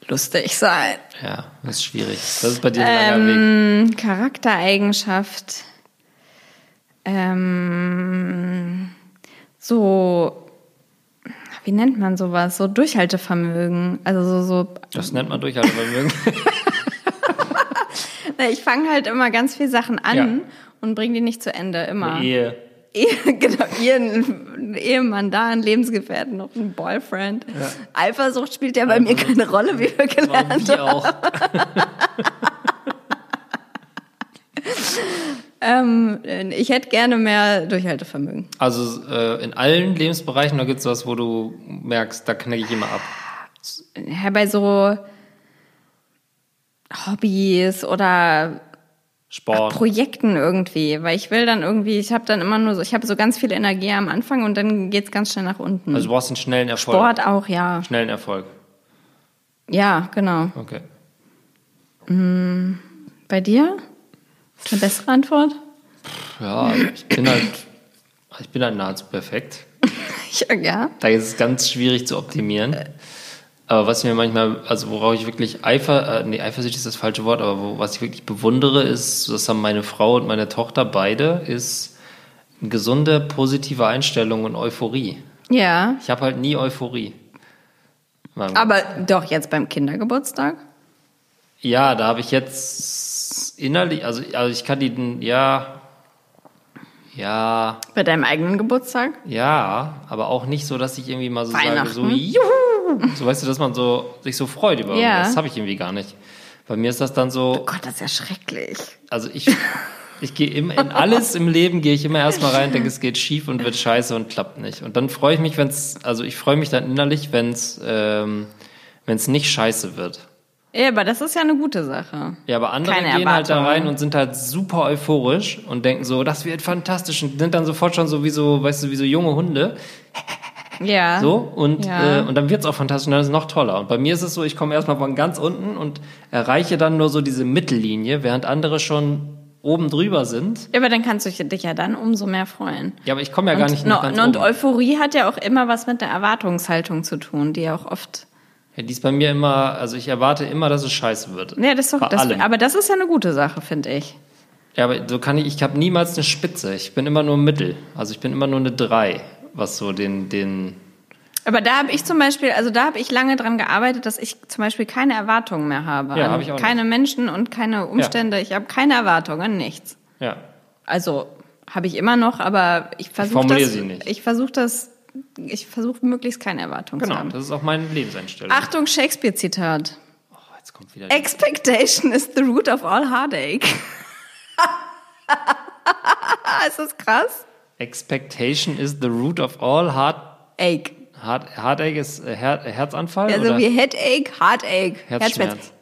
Speaker 1: Lustig sein.
Speaker 2: Ja, das ist schwierig. Das ist bei dir ein langer Weg.
Speaker 1: Ähm, Charaktereigenschaft. Ähm, so, wie nennt man sowas? So Durchhaltevermögen. Also so, so
Speaker 2: Das nennt man Durchhaltevermögen.
Speaker 1: Na, Ich fange halt immer ganz viel Sachen an
Speaker 2: Ja.
Speaker 1: und bringe die nicht zu Ende, immer.
Speaker 2: Ehe.
Speaker 1: Ehe, genau, Ehe, ein Ehemann da, ein Lebensgefährten noch ein Boyfriend. Eifersucht spielt ja bei mir keine Rolle, wie wir
Speaker 2: Warum
Speaker 1: gelernt
Speaker 2: die
Speaker 1: haben.
Speaker 2: auch?
Speaker 1: Ähm, ich hätte gerne mehr Durchhaltevermögen.
Speaker 2: Also äh, in allen Lebensbereichen, da gibt's was, wo du merkst, da knacke ich immer ab.
Speaker 1: Ja, bei so Hobbys oder
Speaker 2: Sport.
Speaker 1: Projekten irgendwie, weil ich will dann irgendwie, ich habe dann immer nur so, ich habe so ganz viel Energie am Anfang und dann geht's ganz schnell nach unten.
Speaker 2: Also du brauchst einen schnellen Erfolg.
Speaker 1: Sport auch, ja.
Speaker 2: Schnellen Erfolg.
Speaker 1: Ja, genau.
Speaker 2: Okay.
Speaker 1: Bei dir? Ist Eine bessere Antwort?
Speaker 2: Ja, ich bin halt, ich bin halt nahezu perfekt.
Speaker 1: Ich, äh, ja.
Speaker 2: Da ist es ganz schwierig zu optimieren. Aber was mir manchmal, also worauf ich wirklich Eifer, äh, nee, eifersüchtig ist das falsche Wort, aber wo, was ich wirklich bewundere, ist, das haben meine Frau und meine Tochter beide, ist gesunde, positive Einstellung und Euphorie.
Speaker 1: Ja.
Speaker 2: Ich habe halt nie Euphorie. Mein-
Speaker 1: Aber doch jetzt beim Kindergeburtstag?
Speaker 2: Ja, da habe ich jetzt innerlich, also, also ich kann die, ja, ja,
Speaker 1: Bei deinem eigenen Geburtstag?
Speaker 2: ja, aber auch nicht so, dass ich irgendwie mal so sage, so,
Speaker 1: Weihnachten?
Speaker 2: juhu, so weißt du, dass man so, sich so freut über
Speaker 1: Ja.
Speaker 2: irgendwas. Das habe ich irgendwie gar nicht. Bei mir ist das dann so,
Speaker 1: Oh Gott, das ist ja schrecklich.
Speaker 2: also ich, ich gehe immer, in alles im Leben gehe ich immer erstmal rein, denke, es geht schief und wird scheiße und klappt nicht. Und dann freue ich mich, wenn es, also ich freue mich dann innerlich, wenn es, ähm, wenn es nicht scheiße wird.
Speaker 1: Ja, aber das ist ja eine gute Sache.
Speaker 2: Ja, aber andere
Speaker 1: Keine
Speaker 2: gehen halt da
Speaker 1: Erwartungen.
Speaker 2: rein und sind halt super euphorisch und denken so, das wird fantastisch und sind dann sofort schon so wie so, weißt du, wie so junge Hunde.
Speaker 1: Ja.
Speaker 2: So, und,
Speaker 1: Ja.
Speaker 2: äh, und dann wird's auch fantastisch und dann ist es noch toller. Und bei mir ist es so, ich komme erstmal von ganz unten und erreiche dann nur so diese Mittellinie, während andere schon oben drüber sind.
Speaker 1: Ja, aber dann kannst du dich ja dann umso mehr freuen.
Speaker 2: Ja, aber ich komme ja gar nicht
Speaker 1: und,
Speaker 2: nach
Speaker 1: no,
Speaker 2: ganz
Speaker 1: und
Speaker 2: oben.
Speaker 1: Euphorie hat ja auch immer was mit der Erwartungshaltung zu tun, die ja auch oft.
Speaker 2: Ja, die ist bei mir immer, also ich erwarte immer, dass es scheiße wird.
Speaker 1: Ja, das ist
Speaker 2: Bei
Speaker 1: doch, das,
Speaker 2: allem.
Speaker 1: aber das ist ja eine gute Sache, finde ich.
Speaker 2: Ja, aber so kann ich, ich habe niemals eine Spitze. Ich bin immer nur Mittel. Also ich bin immer nur eine Drei, was so den, den,
Speaker 1: Aber da habe ich zum Beispiel, also da habe ich lange dran gearbeitet, dass ich zum Beispiel keine Erwartungen mehr habe.
Speaker 2: Ja,
Speaker 1: an
Speaker 2: habe ich auch
Speaker 1: keine Menschen und keine Umstände. Ich habe keine Erwartungen, an nichts.
Speaker 2: ja.
Speaker 1: Also habe ich immer noch, aber ich versuche
Speaker 2: formuliere
Speaker 1: das.
Speaker 2: sie nicht.
Speaker 1: Ich versuche das. Ich versuche möglichst keine Erwartungen zu
Speaker 2: Genau,
Speaker 1: haben.
Speaker 2: das ist auch meine Lebenseinstellung.
Speaker 1: Achtung, Shakespeare-Zitat.
Speaker 2: Oh, jetzt kommt wieder. die-
Speaker 1: Expectation is the root of all heartache. ist das krass?
Speaker 2: Expectation is the root of all heart,
Speaker 1: Ache.
Speaker 2: heart, heartache ist äh, Her, Herzanfall
Speaker 1: Also
Speaker 2: oder
Speaker 1: wie Headache, Heartache,
Speaker 2: Herzschmerz.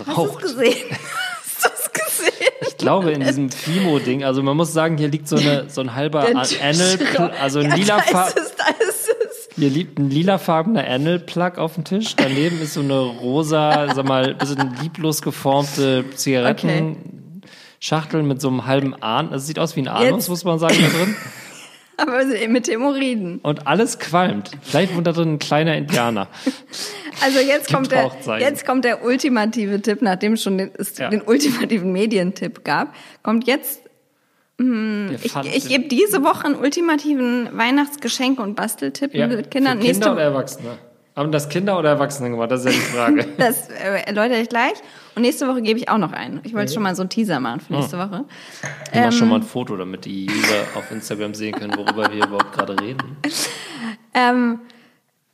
Speaker 1: Hast du es
Speaker 2: raucht.
Speaker 1: gesehen? Hast du es gesehen?
Speaker 2: Also Ich glaube in diesem Fimo-Ding, also man muss sagen, hier liegt so, eine, so ein halber
Speaker 1: Der
Speaker 2: Äh, An-
Speaker 1: Tisch
Speaker 2: Annel,
Speaker 1: rau-
Speaker 2: also ein
Speaker 1: Ja,
Speaker 2: lila
Speaker 1: da
Speaker 2: Fa-
Speaker 1: ist es, da ist es.
Speaker 2: hier liegt ein lilafarbener Annel-Plug auf dem Tisch. Daneben ist so eine rosa, sag mal, bisschen lieblos geformte Zigarettenschachtel mit so einem halben Ahn. Das sieht aus wie ein Anus,
Speaker 1: Jetzt-
Speaker 2: muss man sagen, da drin.
Speaker 1: Aber mit Hämorrhoiden.
Speaker 2: Und alles qualmt. Vielleicht wohnt da drin ein kleiner Indianer.
Speaker 1: Also jetzt kommt, der,
Speaker 2: Gebraucht sein.
Speaker 1: jetzt kommt der ultimative Tipp, nachdem es schon den, es
Speaker 2: Ja.
Speaker 1: den ultimativen Medientipp gab, kommt jetzt,
Speaker 2: Der
Speaker 1: Hm, ich,
Speaker 2: Pfand-
Speaker 1: ich gebe diese Woche einen ultimativen Weihnachtsgeschenke- und Basteltipp
Speaker 2: Ja,
Speaker 1: mit Kindern.
Speaker 2: Für Kinder
Speaker 1: Nächste
Speaker 2: oder Erwachsene? Haben das Kinder oder Erwachsene gemacht? Das ist ja die Frage.
Speaker 1: Das äh, erläutere ich gleich. Und nächste Woche gebe ich auch noch einen. Ich
Speaker 2: Mhm.
Speaker 1: wollte schon mal so einen Teaser machen für nächste Woche.
Speaker 2: Ich mach schon
Speaker 1: Ähm.
Speaker 2: mal ein Foto, damit die User auf Instagram sehen können, worüber wir überhaupt gerade reden.
Speaker 1: Ähm,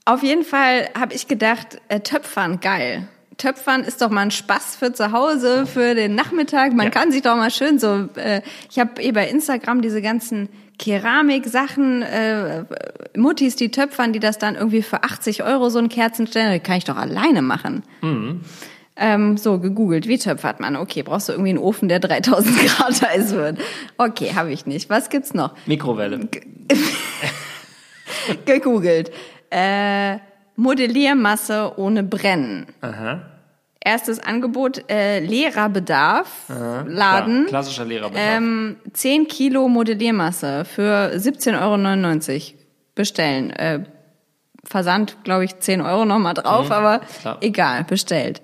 Speaker 1: auf jeden Fall habe ich gedacht, äh, Töpfern, geil. Töpfern ist doch mal ein Spaß für zu Hause, für den Nachmittag. Man
Speaker 2: Ja.
Speaker 1: kann sich doch mal schön so. Äh, ich habe eh bei Instagram diese ganzen Keramiksachen, äh, Muttis, die töpfern, die das dann irgendwie für 80 Euro so ein Kerzenständer, kann ich doch alleine machen. Ähm, so, gegoogelt, wie töpfert man? Okay, brauchst du irgendwie einen Ofen, der 3000 Grad heiß wird? Okay, habe ich nicht. Was gibt's noch?
Speaker 2: Mikrowelle.
Speaker 1: gegoogelt. Äh, Modelliermasse ohne Brennen.
Speaker 2: Aha.
Speaker 1: Erstes Angebot, äh, Lehrerbedarf,
Speaker 2: Klar,
Speaker 1: Laden,
Speaker 2: klassischer Lehrerbedarf.
Speaker 1: ähm, 10 Kilo Modelliermasse für 17,99 Euro bestellen. Äh, Versand, glaube ich, 10 Euro nochmal drauf, aber
Speaker 2: Mhm, klar.
Speaker 1: egal, bestellt.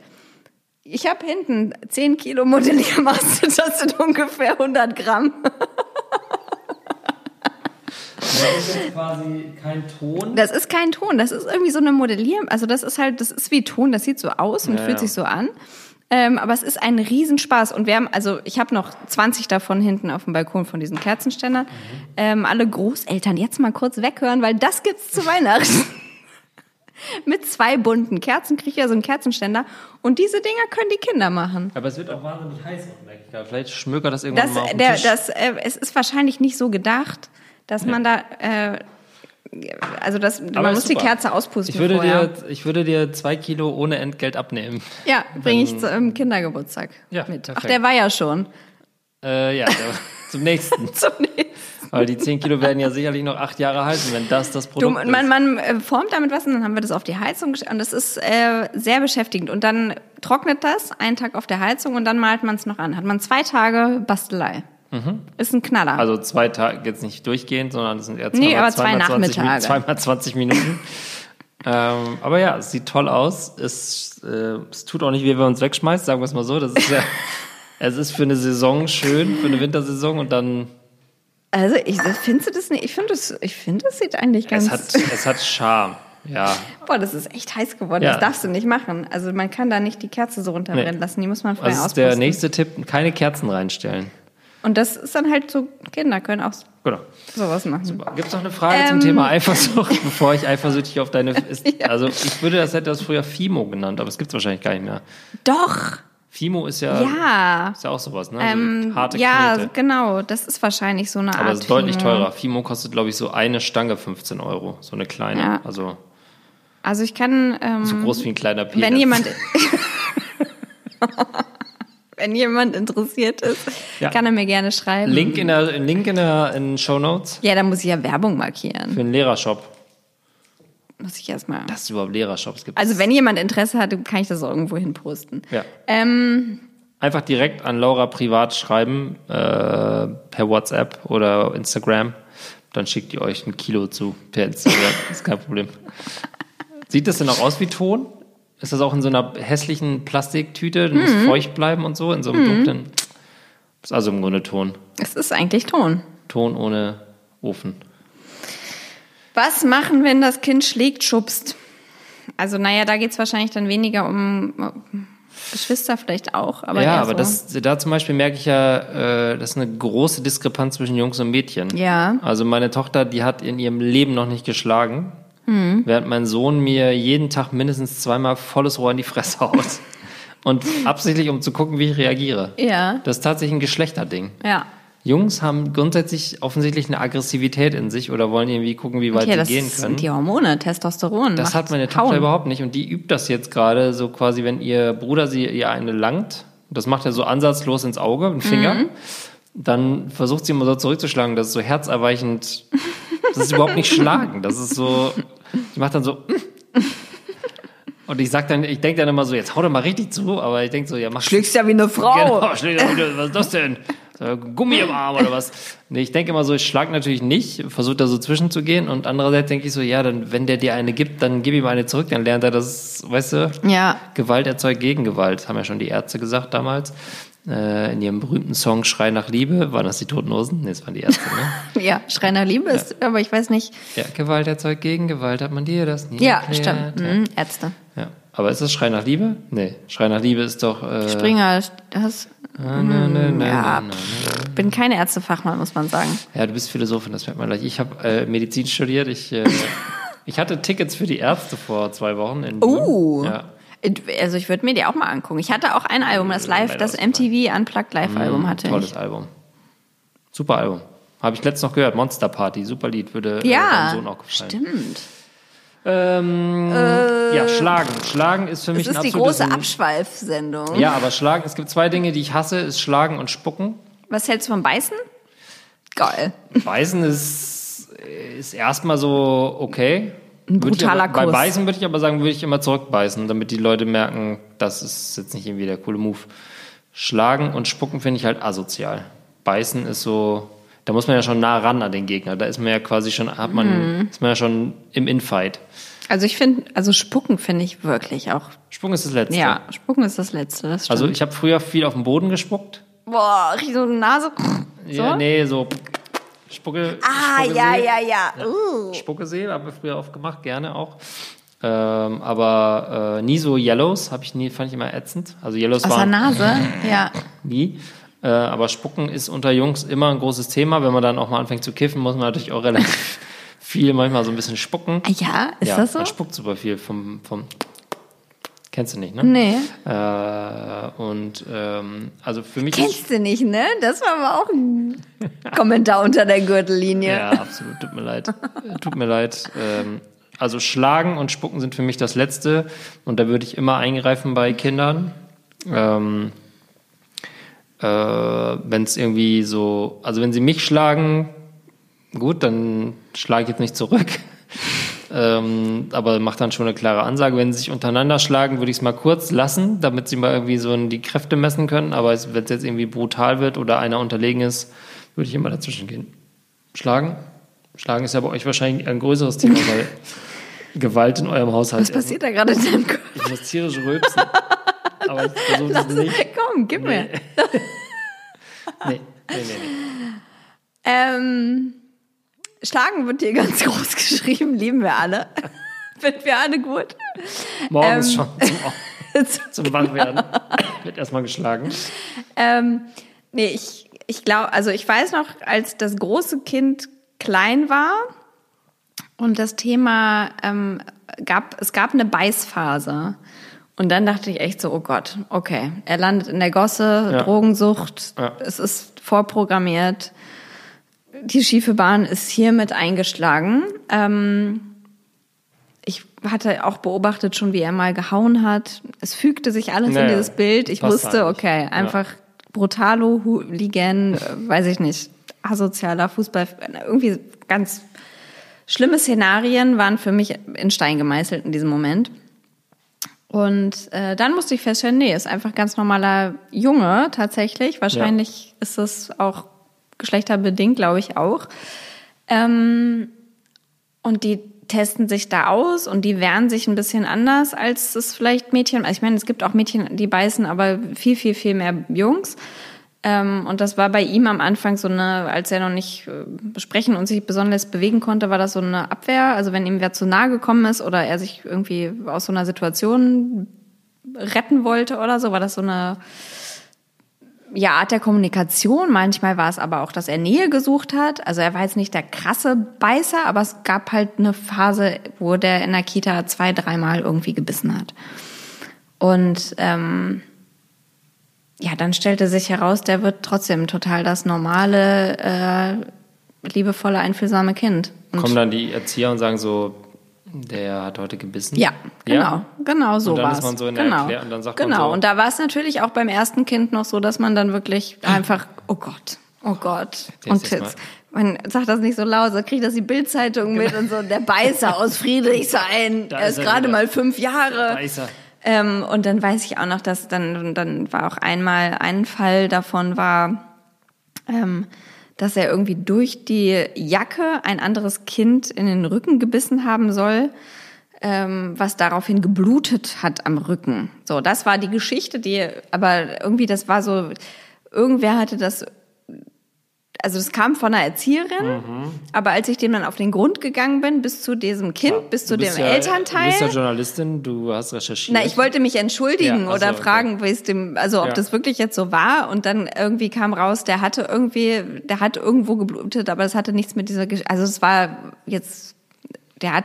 Speaker 1: Ich habe hinten 10 Kilo Modelliermasse, das sind ungefähr 100 Gramm.
Speaker 2: das ist jetzt quasi kein Ton.
Speaker 1: Das ist kein Ton, das ist irgendwie so eine Modellier, also das ist halt, das ist wie Ton, das sieht so aus und
Speaker 2: Ja,
Speaker 1: fühlt
Speaker 2: ja.
Speaker 1: sich so an. Ähm, aber es ist ein Riesenspaß und wir haben, also ich habe noch 20 davon hinten auf dem Balkon von diesen Kerzenständern. Ähm, alle Großeltern jetzt mal kurz weghören, weil das gibt's zu Weihnachten. Mit zwei bunten Kerzen kriege ich ja so einen Kerzenständer und diese Dinger können die Kinder machen.
Speaker 2: Aber es wird auch wahnsinnig heiß unten, denke ich. Vielleicht schmökert das irgendwann
Speaker 1: Das,
Speaker 2: mal auf den
Speaker 1: der,
Speaker 2: Tisch.
Speaker 1: das, äh, es ist wahrscheinlich nicht so gedacht, dass man da, äh, also das, man
Speaker 2: ist
Speaker 1: muss die
Speaker 2: super.
Speaker 1: Kerze auspusten.
Speaker 2: ich würde,
Speaker 1: vorher.
Speaker 2: dir, ich würde dir zwei Kilo ohne Entgelt abnehmen.
Speaker 1: Ja, bringe ich zum Kindergeburtstag
Speaker 2: Ja,
Speaker 1: mit. Ach,
Speaker 2: perfekt.
Speaker 1: der war ja schon.
Speaker 2: Äh, ja, der- zum nächsten.
Speaker 1: Zum nächsten.
Speaker 2: Weil die zehn Kilo werden ja sicherlich noch acht Jahre halten, wenn das das
Speaker 1: Du,
Speaker 2: Produkt ist.
Speaker 1: man, man äh, formt damit was und dann haben wir das auf die Heizung gesch- und das ist äh, sehr beschäftigend. Und dann trocknet das einen Tag auf der Heizung und dann malt man es noch an. Hat man zwei Tage Bastelei. Ist ein Knaller.
Speaker 2: Mhm. Also zwei Tage, jetzt nicht durchgehend, sondern es sind eher
Speaker 1: Nee, aber zwei
Speaker 2: 220
Speaker 1: Nachmittage.
Speaker 2: Zweimal 20 Minuten. ähm, aber ja, es sieht toll aus. Es, äh, es tut auch nicht weh, wenn man es wegschmeißt, sagen wir es mal so. Das ist ja, es ist für eine Saison schön, für eine Wintersaison und dann
Speaker 1: Also ich findest du das nicht. Ich finde es, ich finde es sieht eigentlich ganz.
Speaker 2: Es hat, es hat Charme. Ja,
Speaker 1: boah, das ist echt heiß geworden.
Speaker 2: Ja.
Speaker 1: Das darfst du nicht machen. Also man kann da nicht die Kerze so runterbrennen
Speaker 2: Nee.
Speaker 1: lassen. Die muss man vorher
Speaker 2: das Also ist
Speaker 1: auspusten.
Speaker 2: der nächste Tipp. Keine Kerzen reinstellen.
Speaker 1: Und das ist dann halt so. Kinder können auch
Speaker 2: Genau.
Speaker 1: sowas machen.
Speaker 2: Gibt es noch eine Frage zum
Speaker 1: Ähm.
Speaker 2: Thema Eifersucht, bevor ich eifersüchtig auf deine... Ist, also ich würde das, hätte das früher FIMO genannt, aber es gibt es wahrscheinlich gar nicht mehr.
Speaker 1: Doch.
Speaker 2: FIMO ist ja,
Speaker 1: Ja. ähm,
Speaker 2: ist ja auch sowas, ne? So harte
Speaker 1: ja,
Speaker 2: Knete.
Speaker 1: genau. Das ist wahrscheinlich so eine Art.
Speaker 2: Aber es ist deutlich
Speaker 1: Fimo.
Speaker 2: teurer. Fimo kostet, glaube ich, so eine Stange 15 Euro. So eine kleine.
Speaker 1: Ja.
Speaker 2: Also
Speaker 1: Also ich kann. Ähm,
Speaker 2: so groß wie ein kleiner Penis.
Speaker 1: Wenn jemand. Wenn jemand interessiert ist,
Speaker 2: Ja.
Speaker 1: kann er mir gerne schreiben.
Speaker 2: Link in der, Link in der in Show Notes
Speaker 1: Ja, da muss ich ja Werbung markieren.
Speaker 2: für einen Lehrershop.
Speaker 1: Muss ich erstmal.
Speaker 2: Dass es überhaupt Lehrershops gibt.
Speaker 1: Also, wenn jemand Interesse hat, kann ich das auch irgendwo hin posten.
Speaker 2: ja.
Speaker 1: Ähm,
Speaker 2: Einfach direkt an Laura privat schreiben, äh, per WhatsApp oder Instagram. Dann schickt ihr euch ein Kilo zu per Instagram. ist kein Problem. Sieht das denn auch aus wie Ton? Ist das auch in so einer hässlichen Plastiktüte? Muss feucht bleiben und so, in so einem dunklen. Ist also im Grunde Ton.
Speaker 1: es ist eigentlich Ton.
Speaker 2: Ton ohne Ofen.
Speaker 1: Was machen, wenn das Kind schlägt, schubst? Also, naja, da geht's wahrscheinlich dann weniger um um Geschwister vielleicht auch, aber
Speaker 2: ja,
Speaker 1: eher
Speaker 2: aber
Speaker 1: so.
Speaker 2: das, da zum Beispiel merke ich ja, äh, das ist eine große Diskrepanz zwischen Jungs und Mädchen.
Speaker 1: Ja.
Speaker 2: Also meine Tochter, die hat in ihrem Leben noch nicht geschlagen,
Speaker 1: Mhm.
Speaker 2: während mein Sohn mir jeden Tag mindestens zweimal volles Rohr in die Fresse haut. und absichtlich, um zu gucken, wie ich reagiere.
Speaker 1: Ja.
Speaker 2: Das ist tatsächlich ein Geschlechterding.
Speaker 1: ja.
Speaker 2: Jungs haben grundsätzlich offensichtlich eine Aggressivität in sich oder wollen irgendwie gucken, wie weit
Speaker 1: Okay,
Speaker 2: sie
Speaker 1: das
Speaker 2: gehen können.
Speaker 1: sind die Hormone, Testosteron. macht
Speaker 2: Das hat meine
Speaker 1: Hauen.
Speaker 2: Tochter überhaupt nicht und die übt das jetzt gerade so quasi, wenn ihr Bruder sie ihr eine langt, das macht er so ansatzlos ins Auge, einen Finger, dann versucht sie immer so zurückzuschlagen, das ist so herzerweichend, das ist überhaupt nicht schlagen, das ist so, die macht dann so und ich sag dann, ich denke dann immer so, jetzt hau doch mal richtig zu, aber ich denke so, ja mach
Speaker 1: Schlägst ja wie eine Frau.
Speaker 2: Genau, schlägt er wieder. was ist das denn? So, Gummi im Arm oder was? Nee, ich denke immer so, ich schlag natürlich nicht, versuche da so zwischenzugehen und andererseits denke ich so, ja, dann, wenn der dir eine gibt, dann gib ihm eine zurück, dann lernt er das, weißt du,
Speaker 1: Ja,
Speaker 2: Gewalt erzeugt Gegengewalt, haben ja schon die Ärzte gesagt damals. Äh, in ihrem berühmten Song Schrei nach Liebe, waren das die Toten Hosen? Nee, das waren die Ärzte, ne?
Speaker 1: ja, Schrei nach Liebe ist, aber ich weiß nicht.
Speaker 2: Ja, Gewalt erzeugt Gegengewalt, hat man dir das nie
Speaker 1: Ja,
Speaker 2: erklärt?
Speaker 1: stimmt. Mhm, Ärzte.
Speaker 2: Ja. Aber ist das Schrei nach Liebe? Nee, Schrei nach Liebe ist doch... Äh,
Speaker 1: Springer, das.
Speaker 2: na, na, na, na,
Speaker 1: Ja,
Speaker 2: na, na.
Speaker 1: pff, bin kein Ärztefachmann, muss man sagen.
Speaker 2: Ja, du bist Philosophin, das merkt man gleich. Ich habe äh, Medizin studiert. Ich, äh, ich hatte Tickets für die Ärzte vor zwei Wochen. In Wien.
Speaker 1: Uh.
Speaker 2: Ja. Äh,
Speaker 1: Also ich würde mir die auch mal angucken. Ich hatte auch ein Album, das Live, das MTV Unplugged Live Album hatte
Speaker 2: Mhm, Tolles
Speaker 1: ich.
Speaker 2: Album. Super Album. Habe ich letztens noch gehört. Monster Party, super Lied, würde äh,
Speaker 1: Ja,
Speaker 2: meinem Sohn auch gefallen.
Speaker 1: stimmt.
Speaker 2: Ähm, ja, schlagen. Schlagen ist für mich
Speaker 1: Das ist
Speaker 2: ein
Speaker 1: die
Speaker 2: absolutes-
Speaker 1: große Abschweif-Sendung.
Speaker 2: Ja, aber schlagen, es gibt zwei Dinge, die ich hasse, ist schlagen und spucken.
Speaker 1: Was hältst du vom Beißen? Geil.
Speaker 2: Beißen ist, ist erstmal so okay. Ein
Speaker 1: brutaler
Speaker 2: ich aber, Bei
Speaker 1: Kuss.
Speaker 2: Beißen würde ich aber sagen, würde ich immer zurückbeißen, damit die Leute merken, das ist jetzt nicht irgendwie der coole Move. Schlagen und Spucken finde ich halt asozial. Beißen ist so, da muss man ja schon nah ran an den Gegner. Da ist man ja quasi schon, hat man,
Speaker 1: Mhm.
Speaker 2: ist man ja schon im Infight.
Speaker 1: Also ich finde, also Spucken finde ich wirklich auch.
Speaker 2: Spucken ist das Letzte.
Speaker 1: Ja, Spucken ist das Letzte. Das stimmt.
Speaker 2: Also ich habe früher viel auf den Boden gespuckt.
Speaker 1: Boah, ich so eine Nase. So?
Speaker 2: Ja, nee, so Spucke.
Speaker 1: ah,
Speaker 2: Spucke
Speaker 1: ja,
Speaker 2: See.
Speaker 1: ja, ja. Uh.
Speaker 2: Spuckesee, habe ich früher oft gemacht, gerne auch. Ähm, aber äh, nie so Yellows, hab ich nie, fand ich immer ätzend. Also Yellows
Speaker 1: Aus der
Speaker 2: waren
Speaker 1: Nase? Ja.
Speaker 2: nie. Äh, aber Spucken ist unter Jungs immer ein großes Thema. Wenn man dann auch mal anfängt zu kiffen, muss man natürlich auch relativ viel manchmal so ein bisschen spucken.
Speaker 1: Ah, Ja, ist
Speaker 2: ja,
Speaker 1: das so?
Speaker 2: Man spuckt super viel vom, vom Kennst du nicht, ne?
Speaker 1: Nee.
Speaker 2: Äh, und ähm, also für mich
Speaker 1: Kennst du nicht, ne? Das war aber auch ein Kommentar unter der Gürtellinie.
Speaker 2: Ja, absolut. Tut mir leid. Tut mir leid. Ähm, also Schlagen und Spucken sind für mich das Letzte. Und da würde ich immer eingreifen bei Kindern. Ähm, äh, wenn es irgendwie so, also wenn sie mich schlagen, gut, dann schlage ich jetzt nicht zurück. Ähm, aber macht dann schon eine klare Ansage. Wenn sie sich untereinander schlagen, würde ich es mal kurz lassen, damit sie mal irgendwie so die Kräfte messen können. Aber es- wenn es jetzt irgendwie brutal wird oder einer unterlegen ist, würde ich immer dazwischen gehen. Schlagen? Schlagen ist ja bei euch wahrscheinlich ein größeres Thema, weil Gewalt in eurem Haushalt
Speaker 1: Was passiert da gerade in deinem Kopf?
Speaker 2: Ich muss tierisch rülpsen. aber ich versuche das nicht.
Speaker 1: Komm, gib mir.
Speaker 2: Nee, nee, nee. nee.
Speaker 1: Ähm, Schlagen wird hier ganz groß geschrieben, lieben wir alle. Finden wir alle gut.
Speaker 2: Morgens schon
Speaker 1: Ähm.
Speaker 2: zum, zum Wachwerden wird erstmal geschlagen.
Speaker 1: Ähm, nee, ich, ich glaube, also ich weiß noch, als das große Kind klein war und das Thema ähm, gab, es gab eine Beißphase. Und dann dachte ich echt so, oh Gott, okay, er landet in der Gosse,
Speaker 2: Ja.
Speaker 1: Drogensucht,
Speaker 2: Ja.
Speaker 1: es ist vorprogrammiert. Die schiefe Bahn ist hiermit eingeschlagen. Ähm, ich hatte auch beobachtet schon, wie er mal gehauen hat. Es fügte sich alles in
Speaker 2: Naja,
Speaker 1: dieses Bild. Ich
Speaker 2: passt
Speaker 1: wusste,
Speaker 2: eigentlich.
Speaker 1: okay,
Speaker 2: Ja.
Speaker 1: einfach brutalo, Hooligan, äh, weiß ich nicht, asozialer Fußball, äh, irgendwie ganz schlimme Szenarien waren für mich in Stein gemeißelt in diesem Moment. Und äh, dann musste ich feststellen, nee, ist einfach ganz normaler Junge tatsächlich. Wahrscheinlich ist es auch geschlechterbedingt, glaube ich auch. Ähm, und die testen sich da aus und die wehren sich ein bisschen anders, als es vielleicht Mädchen. Also ich meine, es gibt auch Mädchen, die beißen, aber viel, viel, viel mehr Jungs. Ähm, und das war bei ihm am Anfang so eine, als er noch nicht äh, sprechen und sich besonders bewegen konnte, war das so eine Abwehr. Also wenn ihm wer zu nahe gekommen ist oder er sich irgendwie aus so einer Situation retten wollte oder so, war das so eine ja, Art der Kommunikation. Manchmal war es aber auch, dass er Nähe gesucht hat. Also er war jetzt nicht der krasse Beißer, aber es gab halt eine Phase, wo der in der Kita zwei, dreimal irgendwie gebissen hat. Und ähm, ja, dann stellte sich heraus, der wird trotzdem total das normale, äh, liebevolle, einfühlsame Kind. Und
Speaker 2: Kommen dann die Erzieher und sagen so, der hat heute gebissen.
Speaker 1: ja, genau, genau so
Speaker 2: Und dann
Speaker 1: war
Speaker 2: ist
Speaker 1: es.
Speaker 2: man so in der
Speaker 1: genau.
Speaker 2: Erklär- und dann sagt man
Speaker 1: genau.
Speaker 2: so-
Speaker 1: und da war es natürlich auch beim ersten Kind noch so, dass man dann wirklich einfach, oh Gott, oh Gott,
Speaker 2: Der
Speaker 1: und
Speaker 2: ist jetzt
Speaker 1: Titz. Man sagt das nicht so laut, sonst kriegt das die Bildzeitung mit und so, der Beißer aus Friedrichshain,
Speaker 2: Genau. Da
Speaker 1: er
Speaker 2: ist
Speaker 1: ist
Speaker 2: er
Speaker 1: gerade
Speaker 2: wieder.
Speaker 1: mal fünf Jahre.
Speaker 2: Beißer.
Speaker 1: Ähm, und dann weiß ich auch noch, dass dann, dann war auch einmal ein Fall davon war, ähm, dass er irgendwie durch die Jacke ein anderes Kind in den Rücken gebissen haben soll, ähm, was daraufhin geblutet hat am Rücken. So, das war die Geschichte, die, aber irgendwie, das war so, irgendwer hatte das also das kam von einer Erzieherin,
Speaker 2: Mhm.
Speaker 1: aber als ich dem dann auf den Grund gegangen bin, bis zu diesem Kind, bis zu
Speaker 2: Du
Speaker 1: dem
Speaker 2: bist ja-
Speaker 1: Elternteil.
Speaker 2: Du bist ja Journalistin, du hast recherchiert.
Speaker 1: Na, ich wollte mich entschuldigen
Speaker 2: Ja, ach so,
Speaker 1: oder
Speaker 2: okay.
Speaker 1: fragen, wie es dem, also ob
Speaker 2: Ja.
Speaker 1: das wirklich jetzt so war. Und dann irgendwie kam raus, der hatte irgendwie, der hat irgendwo geblutet, aber das hatte nichts mit dieser, Gesch also es war jetzt, der hat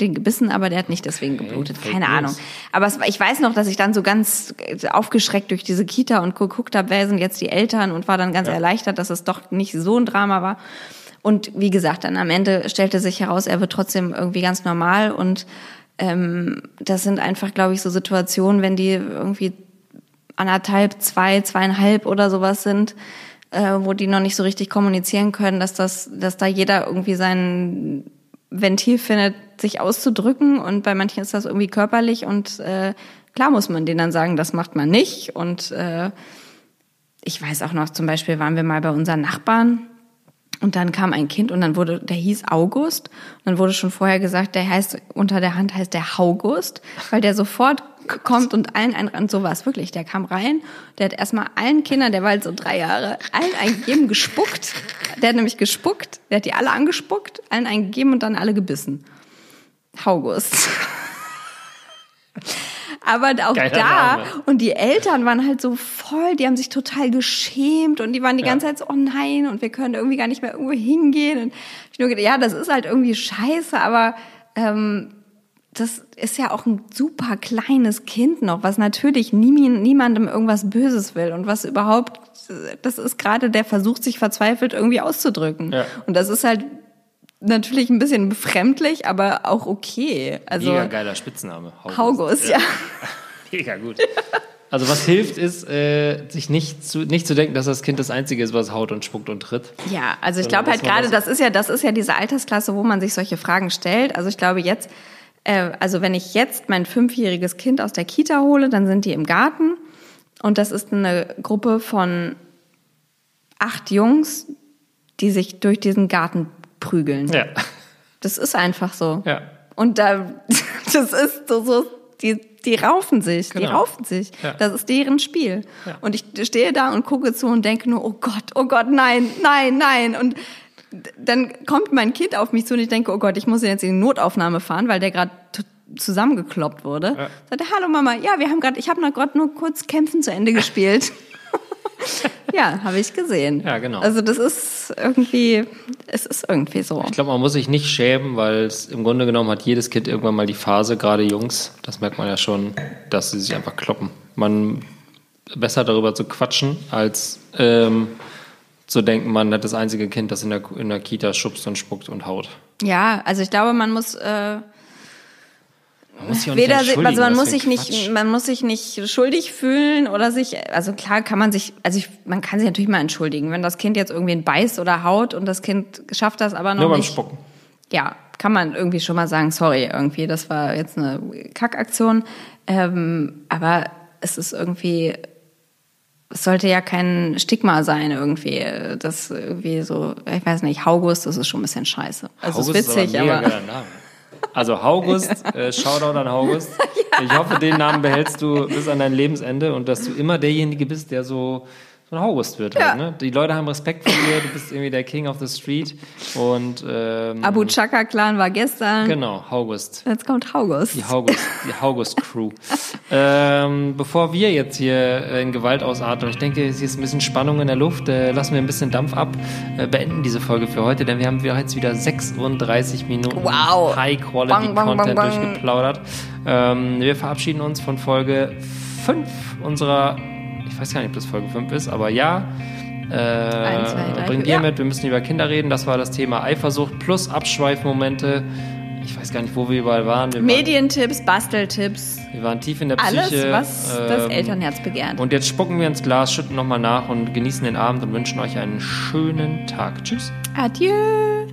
Speaker 1: den gebissen, aber der hat nicht deswegen geblutet.
Speaker 2: Fake
Speaker 1: Keine
Speaker 2: News.
Speaker 1: Ahnung. Aber es, war- ich weiß noch, dass ich dann so ganz äh, aufgeschreckt durch diese Kita und geguckt habe, wer sind jetzt die Eltern und war dann ganz erleichtert, dass es doch nicht so ein Drama war. Und wie gesagt, dann am Ende stellte sich heraus, er wird trotzdem irgendwie ganz normal und ähm, das sind einfach, glaube ich, so Situationen, wenn die irgendwie anderthalb, zwei, zweieinhalb oder sowas sind, äh, wo die noch nicht so richtig kommunizieren können, dass das, dass da jeder irgendwie sein Ventil findet, sich auszudrücken und bei manchen ist das irgendwie körperlich und äh, klar muss man denen dann sagen, das macht man nicht und äh, ich weiß auch noch, zum Beispiel waren wir mal bei unseren Nachbarn und dann kam ein Kind und dann wurde, der hieß August. Und dann wurde schon vorher gesagt, der heißt, unter der Hand heißt der Haugust, weil der sofort k- kommt und allen ein, und sowas, wirklich, der kam rein, der hat erstmal allen Kindern, der war halt so drei Jahre, allen eingegeben, gespuckt. Der hat nämlich gespuckt, der hat die alle angespuckt, allen eingegeben und dann alle gebissen. Haugust. Aber auch
Speaker 2: Geiler
Speaker 1: da,
Speaker 2: Name.
Speaker 1: und die Eltern waren halt so voll, die haben sich total geschämt und die waren die ganze Zeit so, oh nein, und wir können irgendwie gar nicht mehr irgendwo hingehen. Und ich nur gedacht, ja, das ist halt irgendwie scheiße, aber ähm, das ist ja auch ein super kleines Kind noch, was natürlich nie, niemandem irgendwas Böses will und was überhaupt, das ist gerade der Versuch, sich verzweifelt irgendwie auszudrücken.
Speaker 2: Ja.
Speaker 1: Und das ist halt natürlich ein bisschen befremdlich, aber auch okay. Also
Speaker 2: Mega geiler Spitzname.
Speaker 1: Haugust, ja.
Speaker 2: Mega gut. Also was hilft ist, äh, sich nicht zu, nicht zu denken, dass das Kind das Einzige ist, was haut und spuckt und tritt.
Speaker 1: Ja, also ich
Speaker 2: Sondern
Speaker 1: glaube halt
Speaker 2: dass man
Speaker 1: gerade,
Speaker 2: das-
Speaker 1: das ist ja, das ist ja diese Altersklasse, wo man sich solche Fragen stellt. Also ich glaube jetzt, äh, also wenn ich jetzt mein fünfjähriges Kind aus der Kita hole, dann sind die im Garten und das ist eine Gruppe von acht Jungs, die sich durch diesen Garten prügeln.
Speaker 2: Ja.
Speaker 1: Das ist einfach so.
Speaker 2: Ja.
Speaker 1: Und da, das ist so, so die, die raufen sich, die
Speaker 2: Genau.
Speaker 1: raufen sich.
Speaker 2: Ja.
Speaker 1: Das ist deren Spiel. Und ich stehe da und gucke zu und denke nur, oh Gott, oh Gott, nein, nein, nein. Und dann kommt mein Kind auf mich zu und ich denke, oh Gott, ich muss ihn jetzt in die Notaufnahme fahren, weil der gerade zusammengekloppt wurde. Ja. Sagt er, hallo Mama, ja, wir haben gerade, ich habe noch gerade nur kurz Kämpfen zu Ende gespielt. ja, habe ich gesehen.
Speaker 2: Ja, genau.
Speaker 1: Also das ist irgendwie, es ist irgendwie so.
Speaker 2: Ich glaube, man muss sich nicht schämen, weil es im Grunde genommen hat jedes Kind irgendwann mal die Phase, gerade Jungs, das merkt man ja schon, dass sie sich einfach kloppen. Man besser darüber zu quatschen, als ähm, zu denken, man hat das einzige Kind, das in der, in der Kita schubst und spuckt und haut.
Speaker 1: Ja, also ich glaube, man muss. Äh,
Speaker 2: man muss sich auch nicht
Speaker 1: Weder, si-
Speaker 2: entschuldigen,
Speaker 1: also man
Speaker 2: das
Speaker 1: muss
Speaker 2: ist
Speaker 1: sich nicht,
Speaker 2: Quatsch.
Speaker 1: man muss sich nicht schuldig fühlen oder sich, also klar kann man sich, also ich, man kann sich natürlich mal entschuldigen, wenn das Kind jetzt irgendwen beißt oder haut und das Kind schafft das aber noch
Speaker 2: Nur beim
Speaker 1: nicht.
Speaker 2: Spucken.
Speaker 1: Ja, kann man irgendwie schon mal sagen, sorry, irgendwie, das war jetzt eine Kackaktion. Ähm, aber es ist irgendwie, es sollte ja kein Stigma sein irgendwie, das irgendwie so, ich weiß nicht, Haugust, das ist schon ein bisschen scheiße. Also es ist
Speaker 2: Haugust
Speaker 1: witzig,
Speaker 2: ein mega
Speaker 1: aber,
Speaker 2: geiler Name. Also Haugust, äh, Shoutout an Haugust. Ich hoffe, den Namen behältst du bis an dein Lebensende und dass du immer derjenige bist, der so, so ein Haugust wird. Halt, ne? Die Leute haben Respekt vor dir, du bist irgendwie der King of the Street und ähm,
Speaker 1: Abu Chaka Clan war gestern.
Speaker 2: genau, Haugust.
Speaker 1: Jetzt kommt Haugust.
Speaker 2: Die Haugust, die Haugust-Crew. ähm, bevor wir jetzt hier äh, in Gewalt ausatmen, ich denke, es ist ein bisschen Spannung in der Luft, äh, lassen wir ein bisschen Dampf ab, äh, beenden diese Folge für heute, denn wir haben wieder- jetzt wieder 36 Minuten
Speaker 1: Wow. Bang, bang,
Speaker 2: High-Quality-Content
Speaker 1: bang, bang.
Speaker 2: durchgeplaudert. Ähm, wir verabschieden uns von Folge 5 unserer, ich weiß gar nicht, ob das Folge 5 ist, aber ja,
Speaker 1: Eins, zwei, drei,
Speaker 2: äh, bring
Speaker 1: vier.
Speaker 2: Bier
Speaker 1: Ja.
Speaker 2: mit, wir müssen über Kinder reden. Das war das Thema Eifersucht plus Abschweifmomente. Ich weiß gar nicht, wo wir überall waren. Wir,
Speaker 1: Medientipps, Basteltipps,
Speaker 2: waren, wir waren tief in der
Speaker 1: alles,
Speaker 2: Psyche.
Speaker 1: was das
Speaker 2: ähm,
Speaker 1: Elternherz begehrt.
Speaker 2: Und jetzt spucken wir ins Glas, schütten nochmal nach und genießen den Abend und wünschen euch einen schönen Tag. Tschüss.
Speaker 1: Adieu.